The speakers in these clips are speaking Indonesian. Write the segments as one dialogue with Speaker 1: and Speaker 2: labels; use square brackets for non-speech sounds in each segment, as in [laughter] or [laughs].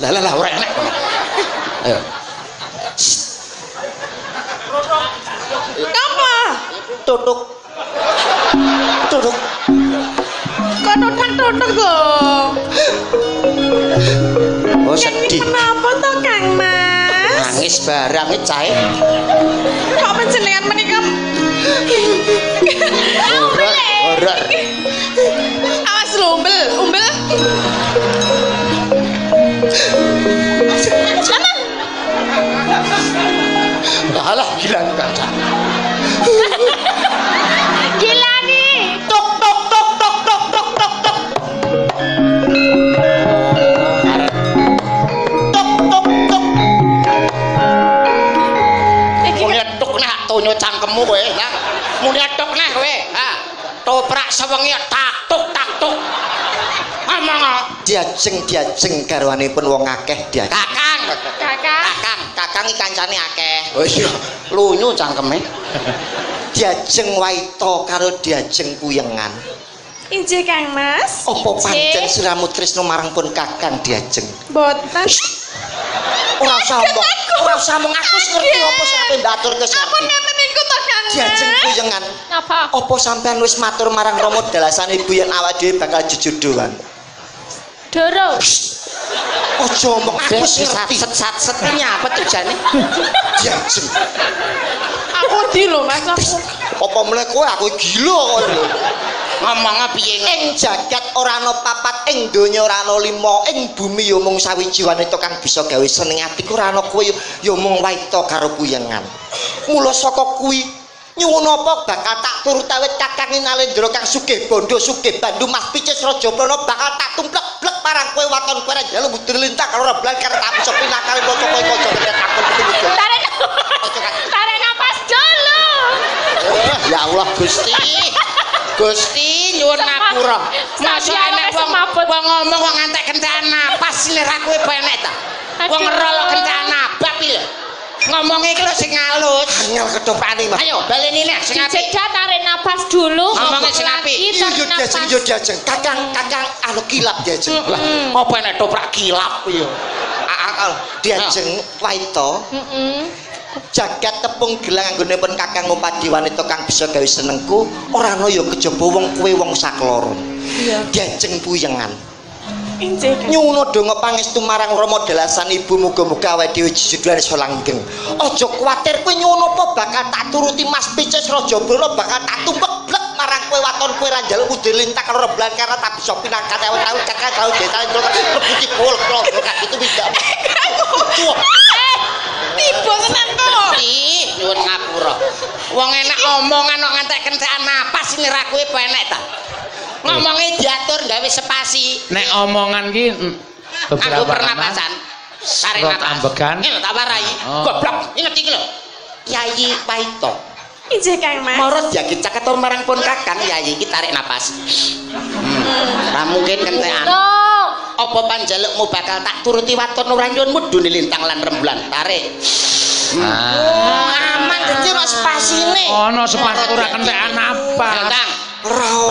Speaker 1: Lah lah lah ora enak. Ayo.
Speaker 2: Napa?
Speaker 1: Tutuk. Tutuk.
Speaker 2: Kok totak-totak kok?
Speaker 1: Oh
Speaker 2: Kang ini
Speaker 1: sedih.
Speaker 2: kenapa toh Kang Mas?
Speaker 1: Nangis barang iki cahe.
Speaker 2: Kok penjenengan menika?
Speaker 1: Horor, horor.
Speaker 2: Awas lu umbel, umbel. Apa?
Speaker 1: Alah gila kaca.
Speaker 2: Gila nih. Tok tok tok tok tok tok tok tok.
Speaker 1: Tuk tuk tuk.
Speaker 2: Iki
Speaker 1: Muni tuk nah tonyo cangkemmu kowe, Nang. Muni tuk nah kowe. Ha. Toprak sewengi tak tuk tak tuk. Ngomong ah. diajeng diajeng garwanipun wong akeh diajeng. Kakang.
Speaker 2: Kakak.
Speaker 1: Kakang, kakang iki kancane akeh. Oh iya. Lunyu cangkeme. Diajeng waito karo diajeng kuyengan.
Speaker 2: Inje Kang Mas.
Speaker 1: Apa
Speaker 2: Injih.
Speaker 1: pancen sliramu tresno marang pun kakang diajeng?
Speaker 2: Boten.
Speaker 1: Ora usah omong, ora usah omong aku wis ngerti apa sing ape ndaturke
Speaker 2: Apa
Speaker 1: saiki.
Speaker 2: ngeten niku toh Kang Mas?
Speaker 1: Diajeng kuyengan.
Speaker 2: Napa?
Speaker 1: Apa sampean wis matur marang Rama dalasan ibu yen awak dhewe bakal jujur doan?
Speaker 2: Doro.
Speaker 1: Aja omong aku wis ngerti. Satset-satset nyapa tujane? Diajeng.
Speaker 2: Aku di lho Mas. Aku.
Speaker 1: apa mulai kowe aku gila kowe lho ngomongnya piye ing jagat ora ana papat ing donya ora ana lima ing bumi ya mung sawiji wanita kang bisa gawe seneng atiku ora ana kowe ya mung waita karo kuyengan mula saka kuwi nyuwun apa bakal tak turut awet kakang nalendra kang sugih bondo sugih bandu mas picis raja prana bakal tak tumplek blek parang kowe waton kowe ra jalu budir lintah karo ora blan karo tak bisa pinakale bocah kowe kaca ketek takon kudu
Speaker 2: Tarik. [laughs] Tarik nafas dulu.
Speaker 1: ya Allah Gusti Gusti nyuwun ngapura masa
Speaker 2: Sampai
Speaker 1: enek
Speaker 2: awake
Speaker 1: wong
Speaker 2: semaput.
Speaker 1: wong ngomong wong ngantek kentekan napas selera kowe penek ta wong
Speaker 2: Aduh.
Speaker 1: ngerolok kentekan nabab iki lho ngomongnya iki lho sing halus angel ketopane Mas ayo baleni nek sing apik
Speaker 2: Dijeda tarik nafas dulu.
Speaker 1: ngomongnya sing apik
Speaker 2: Lagi, tarik nafas.
Speaker 1: diajeng kakang kakang anu kilap diajeng lah apa enek toprak kilap yo diajeng waito
Speaker 2: Ah. Mm-mm.
Speaker 1: jagat tepung gelang anggone pun kakang ngumpadi wanita kang bisa gawe senengku ora ana ya kejaba wong kowe wong sakloro
Speaker 2: Iya.
Speaker 1: gajeng puyengan
Speaker 2: Injih. Kang.
Speaker 1: nyuwun donga pangestu marang Rama dalasan ibu muga-muga awake dhewe jejedulan iso langgeng aja kuwatir kowe nyuwun apa bakal tak turuti Mas Picis Raja Brana bakal tak tumpek blek marang kowe waton kowe ra njaluk kudu lintak karo rebalan karena tak bisa pinangkat awet-awet kakak gawe desa terus rebuti bol klogo kak itu bisa
Speaker 2: Eh, tiba tenan kok.
Speaker 1: Gusti, nyuwun ngapura. Wong enak omongan kok ngantek kentekan napas selera kowe penek ta. Ngomongnya diatur gawe spasi.
Speaker 3: nek omongan ki mm,
Speaker 1: Aku
Speaker 3: beberapa nama
Speaker 1: pernapasan. Tarik
Speaker 3: Serot
Speaker 1: napas.
Speaker 3: ambegan.
Speaker 1: Ini lho tak warai.
Speaker 3: Oh.
Speaker 1: Goblok, inget iki lho. Yayi Paito.
Speaker 2: Injih Kang Mas.
Speaker 1: Morot ya kita ketor marang pun kakang Yayi iki tarik napas. Hmm. Ra mungkin kentekan.
Speaker 2: Tuh.
Speaker 1: Apa panjalukmu bakal tak turuti waton ora nyuwunmu dune lintang lan rembulan. Tarik.
Speaker 3: Ah,
Speaker 1: aman dadi ora spasine.
Speaker 3: Ana spasi ora kentekan napas.
Speaker 1: Kang,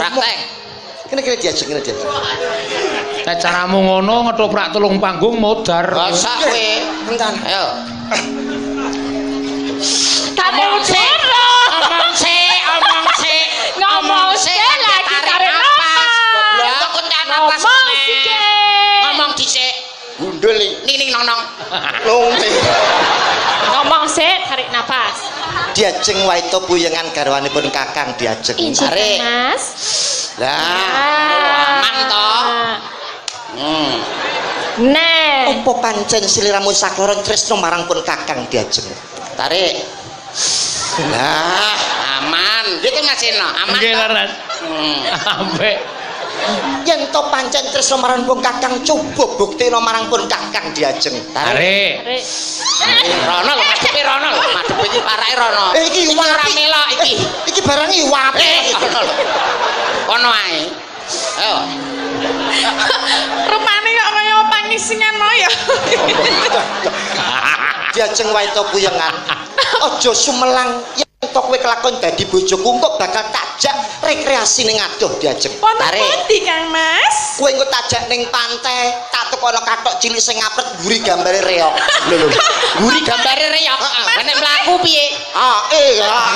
Speaker 1: praktek. Kene kene diajeng kene diajeng.
Speaker 3: nek caramu ngono ngetoprak telung panggung modar
Speaker 1: Rasa kowe. Entan. Ayo.
Speaker 2: Tarik udara.
Speaker 1: Omong sik, omong sik.
Speaker 2: Ngomong sik lagi tarik nafas.
Speaker 1: Goblok kentekan napas.
Speaker 2: Ngomong
Speaker 1: meneh.
Speaker 2: sik.
Speaker 1: Ngomong dhisik. Gundul iki. Ning nong nong.
Speaker 2: Ngomong sik, tarik nafas.
Speaker 1: Diajeng waito buyengan garwanipun Kakang diajeng.
Speaker 2: Injih Kang
Speaker 1: Tarik.
Speaker 2: Mas. Ah.
Speaker 1: Lah, Ah, aman to. Hmm.
Speaker 2: Nah.
Speaker 1: Apa pancen sliramu sakloro tresno marang pun kakang diajeng. Tarik. Nah, aman. Iki Mas Eno, aman.
Speaker 3: nggih
Speaker 1: toh?
Speaker 3: leres [laughs]
Speaker 1: Hmm.
Speaker 3: ambek
Speaker 1: Yen to pancen tresno marang pun kakang coba buktino marang pun kakang diajeng. Tarik.
Speaker 3: tarik
Speaker 2: Tarik.
Speaker 1: Rono lho, madhepe Rono lho. Madhepe iki parake Rono.
Speaker 4: Eh, iki
Speaker 1: Iki ora melok iki.
Speaker 4: Iki barang iwap.
Speaker 1: Eh, [laughs] Rono lho. Kono ae. Oh. Ayo.
Speaker 2: Rupane kok kaya pangisingan mau ya.
Speaker 1: Diajeng wae to buyengan. Aja sumelang yang entuk kowe kelakon dadi bojoku engko bakal tajak rekreasi ning adoh diajeng.
Speaker 2: Wonten
Speaker 1: Tarik.
Speaker 2: pundi Kang Mas?
Speaker 1: Kowe engko tajak ning pantai, tak tukono kathok cilik sing ngapret nguri gambare reok. Lho lho.
Speaker 4: Nguri gambare reyok. Heeh, nek mlaku piye?
Speaker 1: Ah, eh. ah.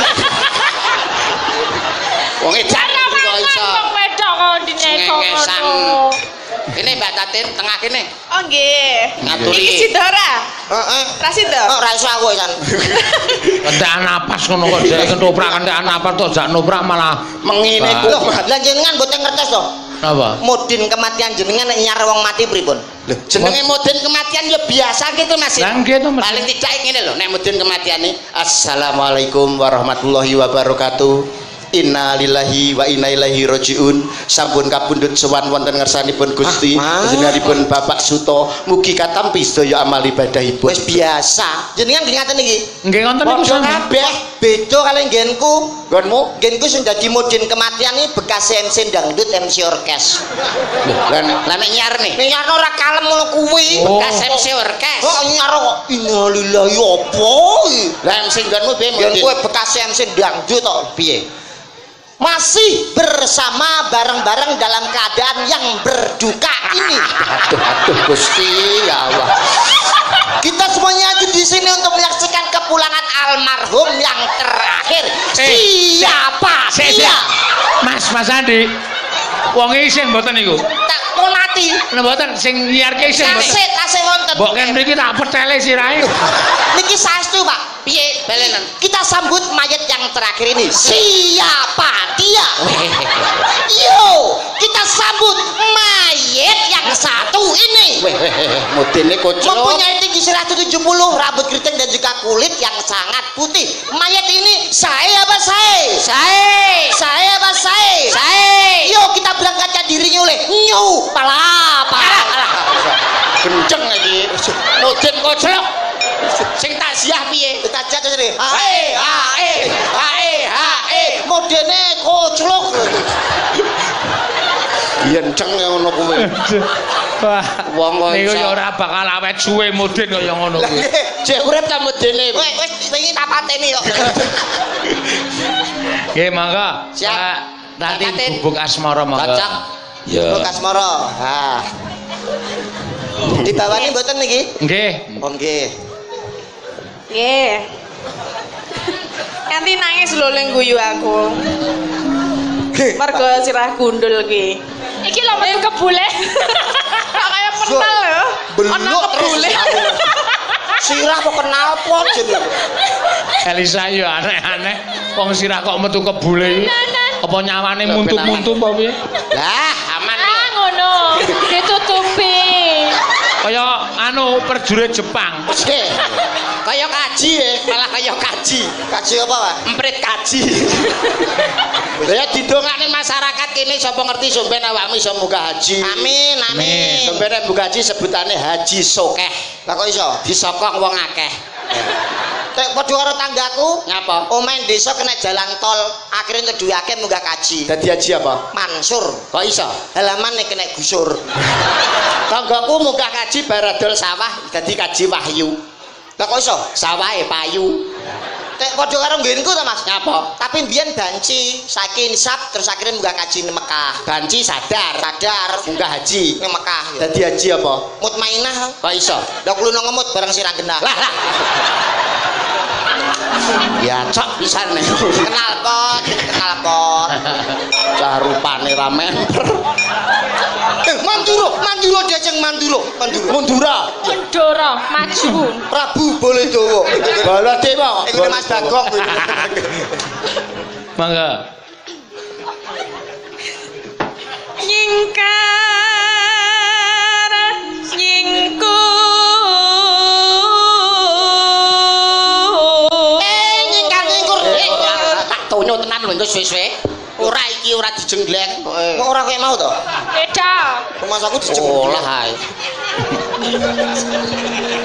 Speaker 1: Wong edan
Speaker 2: Ana
Speaker 1: kok iso.
Speaker 2: kok wedok kok dine kok
Speaker 4: Ngengesan.
Speaker 2: ngono.
Speaker 4: Kene Mbak Tatin tengah kene.
Speaker 2: Oh nggih.
Speaker 4: Ngaturi.
Speaker 2: Iki Sidora.
Speaker 1: Heeh.
Speaker 2: Rasido.
Speaker 1: Ora iso aku kan.
Speaker 3: [laughs] Kentekan napas ngono kok dhek ketoprak kentekan napas tok jak noprak malah
Speaker 1: Mengene
Speaker 3: Pak.
Speaker 1: ku. Lah jenengan mboten ngertes to.
Speaker 3: apa?
Speaker 1: Mudin kematian jenengan nek nyar wong mati pripun? Lho,
Speaker 4: Jenenge mudin kematian ya biasa gitu Mas.
Speaker 3: Lah nggih to Mas.
Speaker 4: Paling tidak ngene lho nek mudin kematian iki.
Speaker 1: Assalamualaikum warahmatullahi wabarakatuh. Inna lillahi wa inna ilaihi rajiun. Sampun kabundut sowan wonten ngersanipun Gusti. Panjenenganipun Bapak Suto mugi katampi sedaya amal ibadahipun. Wis biasa. Jenengan nggih ngaten iki.
Speaker 3: Nggih ngoten niku
Speaker 1: Padha
Speaker 3: sami.
Speaker 1: kabeh beda kali nggenku. Nggonmu? Nggenku sing dadi mudin kematian iki bekas MC dangdut MC orkes.
Speaker 4: Lah lah nek nyar nih.
Speaker 1: Ning nyarno ora kalem ngono kuwi.
Speaker 3: Oh.
Speaker 4: Bekas MC orkes.
Speaker 1: Kok nyarno kok innalillahi apa iki?
Speaker 4: Lah MC nggonmu piye
Speaker 1: Yang
Speaker 4: mudin?
Speaker 1: kue bekas MC dangdut tok piye? Masih bersama bareng-bareng dalam keadaan yang berduka ini.
Speaker 4: Aduh aduh Gusti ya Allah.
Speaker 1: Kita semuanya ada di sini untuk menyaksikan kepulangan almarhum yang terakhir.
Speaker 3: Eh,
Speaker 1: Siapa
Speaker 3: Sik, sik.
Speaker 1: dia?
Speaker 3: Mas Mas Andi. Wong iki sing mboten niku.
Speaker 1: Tak konati.
Speaker 3: Nek mboten sing nyiarke sing mboten.
Speaker 1: Tasik, tasik wonten.
Speaker 3: Mbok kene mriki tak petele sirahe.
Speaker 1: Niki saestu, Pak.
Speaker 4: Piye balenan?
Speaker 1: Kita sambut mayat yang terakhir ini. Siapa dia? Yo, kita sambut mayat yang satu ini.
Speaker 4: Weh weh weh, mudine kocok.
Speaker 1: Mempunyai tinggi 170, rambut keriting dan juga kulit yang sangat putih. Mayat ini saya apa saya?
Speaker 4: Sae.
Speaker 1: Saya apa saya?
Speaker 4: Sae.
Speaker 1: Yuk kita berangkatkan dirinya oleh nyu palapa.
Speaker 4: Kenceng lagi. Mudin kocok. Sing takziah piye?
Speaker 1: Kita jatuh sini. Hai,
Speaker 4: Hae hae hae hae.
Speaker 1: modene koclok.
Speaker 4: Yenceng ngono kuwi.
Speaker 3: Wah.
Speaker 4: Wong kok
Speaker 3: Niku
Speaker 4: iso.
Speaker 3: ya ora bakal awet suwe mudin kaya ngono
Speaker 4: [laughs]
Speaker 3: kuwi.
Speaker 1: Iya.
Speaker 4: Jek urip ta mudine.
Speaker 1: Wes wes wingi tak pateni kok. [laughs]
Speaker 3: Nggih mangga.
Speaker 4: Siap.
Speaker 3: Pak Tati
Speaker 4: Tatin.
Speaker 3: bubuk asmara
Speaker 4: Kocok.
Speaker 3: mangga. Ya.
Speaker 1: Kok Kasmoro. Ha. Dibawani mboten niki?
Speaker 3: Nggih.
Speaker 1: Oh nggih.
Speaker 2: Nggih. Kanti nangis lho ling guyu aku. Mergo sirah gundul ki. Iki lho metu
Speaker 1: [laughs]
Speaker 2: kebule. Kok kaya pental lho. Ana
Speaker 1: Belok
Speaker 2: kebule.
Speaker 1: terus. Sirah kok kenal pot jenenge.
Speaker 3: Elisa ya aneh-aneh. Wong sirah kok metu kebule iki. Apa nyawane
Speaker 4: Lah,
Speaker 3: muntup-muntup apa piye?
Speaker 4: Lah, aman yo.
Speaker 2: Ah ngono. Ditutupi.
Speaker 3: Kaya anu perjurit Jepang.
Speaker 4: Jek. Kaya kaji ya, malah kaya kaji.
Speaker 1: Kaji apa, Pak?
Speaker 4: Emprit kaji. Lah ya didongakne masyarakat kene sapa ngerti sampeyan awakmu iso muga haji.
Speaker 1: Amin,
Speaker 3: Amin.
Speaker 1: amin.
Speaker 4: Sampeyan nek muga haji sebutane haji sokeh.
Speaker 1: Lah kok iso?
Speaker 4: Disokong wong akeh.
Speaker 1: Tek padha karo tanggaku.
Speaker 4: Ngapa?
Speaker 1: Omain desa kena jalan tol, akhirnya ngeduake munggah kaji.
Speaker 4: Dadi haji apa?
Speaker 1: Mansur.
Speaker 4: Kok iso?
Speaker 1: Halaman nih kena gusur.
Speaker 4: [laughs] Tanggaku munggah kaji baradol sawah dadi kaji wahyu.
Speaker 1: Lah kok iso?
Speaker 4: Sawahe payu.
Speaker 1: Tek padha karo nggenku ta, Mas?
Speaker 4: Ngapa?
Speaker 1: Tapi mbiyen banci, saiki insap terus akhirnya munggah kaji ning Mekah.
Speaker 4: Banci sadar.
Speaker 1: Sadar
Speaker 4: Munggah haji.
Speaker 1: ning Mekah. ya.
Speaker 4: Dadi haji apa?
Speaker 1: Mutmainah.
Speaker 4: Kok iso?
Speaker 1: Lah kulo ngemut bareng sirah genah.
Speaker 4: Lah lah. Ya cok pisan nih.
Speaker 1: Kenal pot, kenal pot.
Speaker 4: Cah rupane ra member.
Speaker 1: Eh, manduro, manduro diajeng manduro, manduro.
Speaker 4: Mundura.
Speaker 2: Mundura maju.
Speaker 1: Prabu boleh [laughs] dowo.
Speaker 4: Bala dewa.
Speaker 1: Iku Mas Bagong.
Speaker 4: [laughs]
Speaker 3: Mangga.
Speaker 2: Nyingkar nyingkur.
Speaker 4: Eh nyingkar nyingkur. Eh, Tak tonyo tenan lho engko suwe-suwe. Ora iki ora dijenggleng.
Speaker 1: Kok ora kowe mau to?
Speaker 2: Beda.
Speaker 1: Oh, Rumah aku dijemput.
Speaker 4: Olah ae.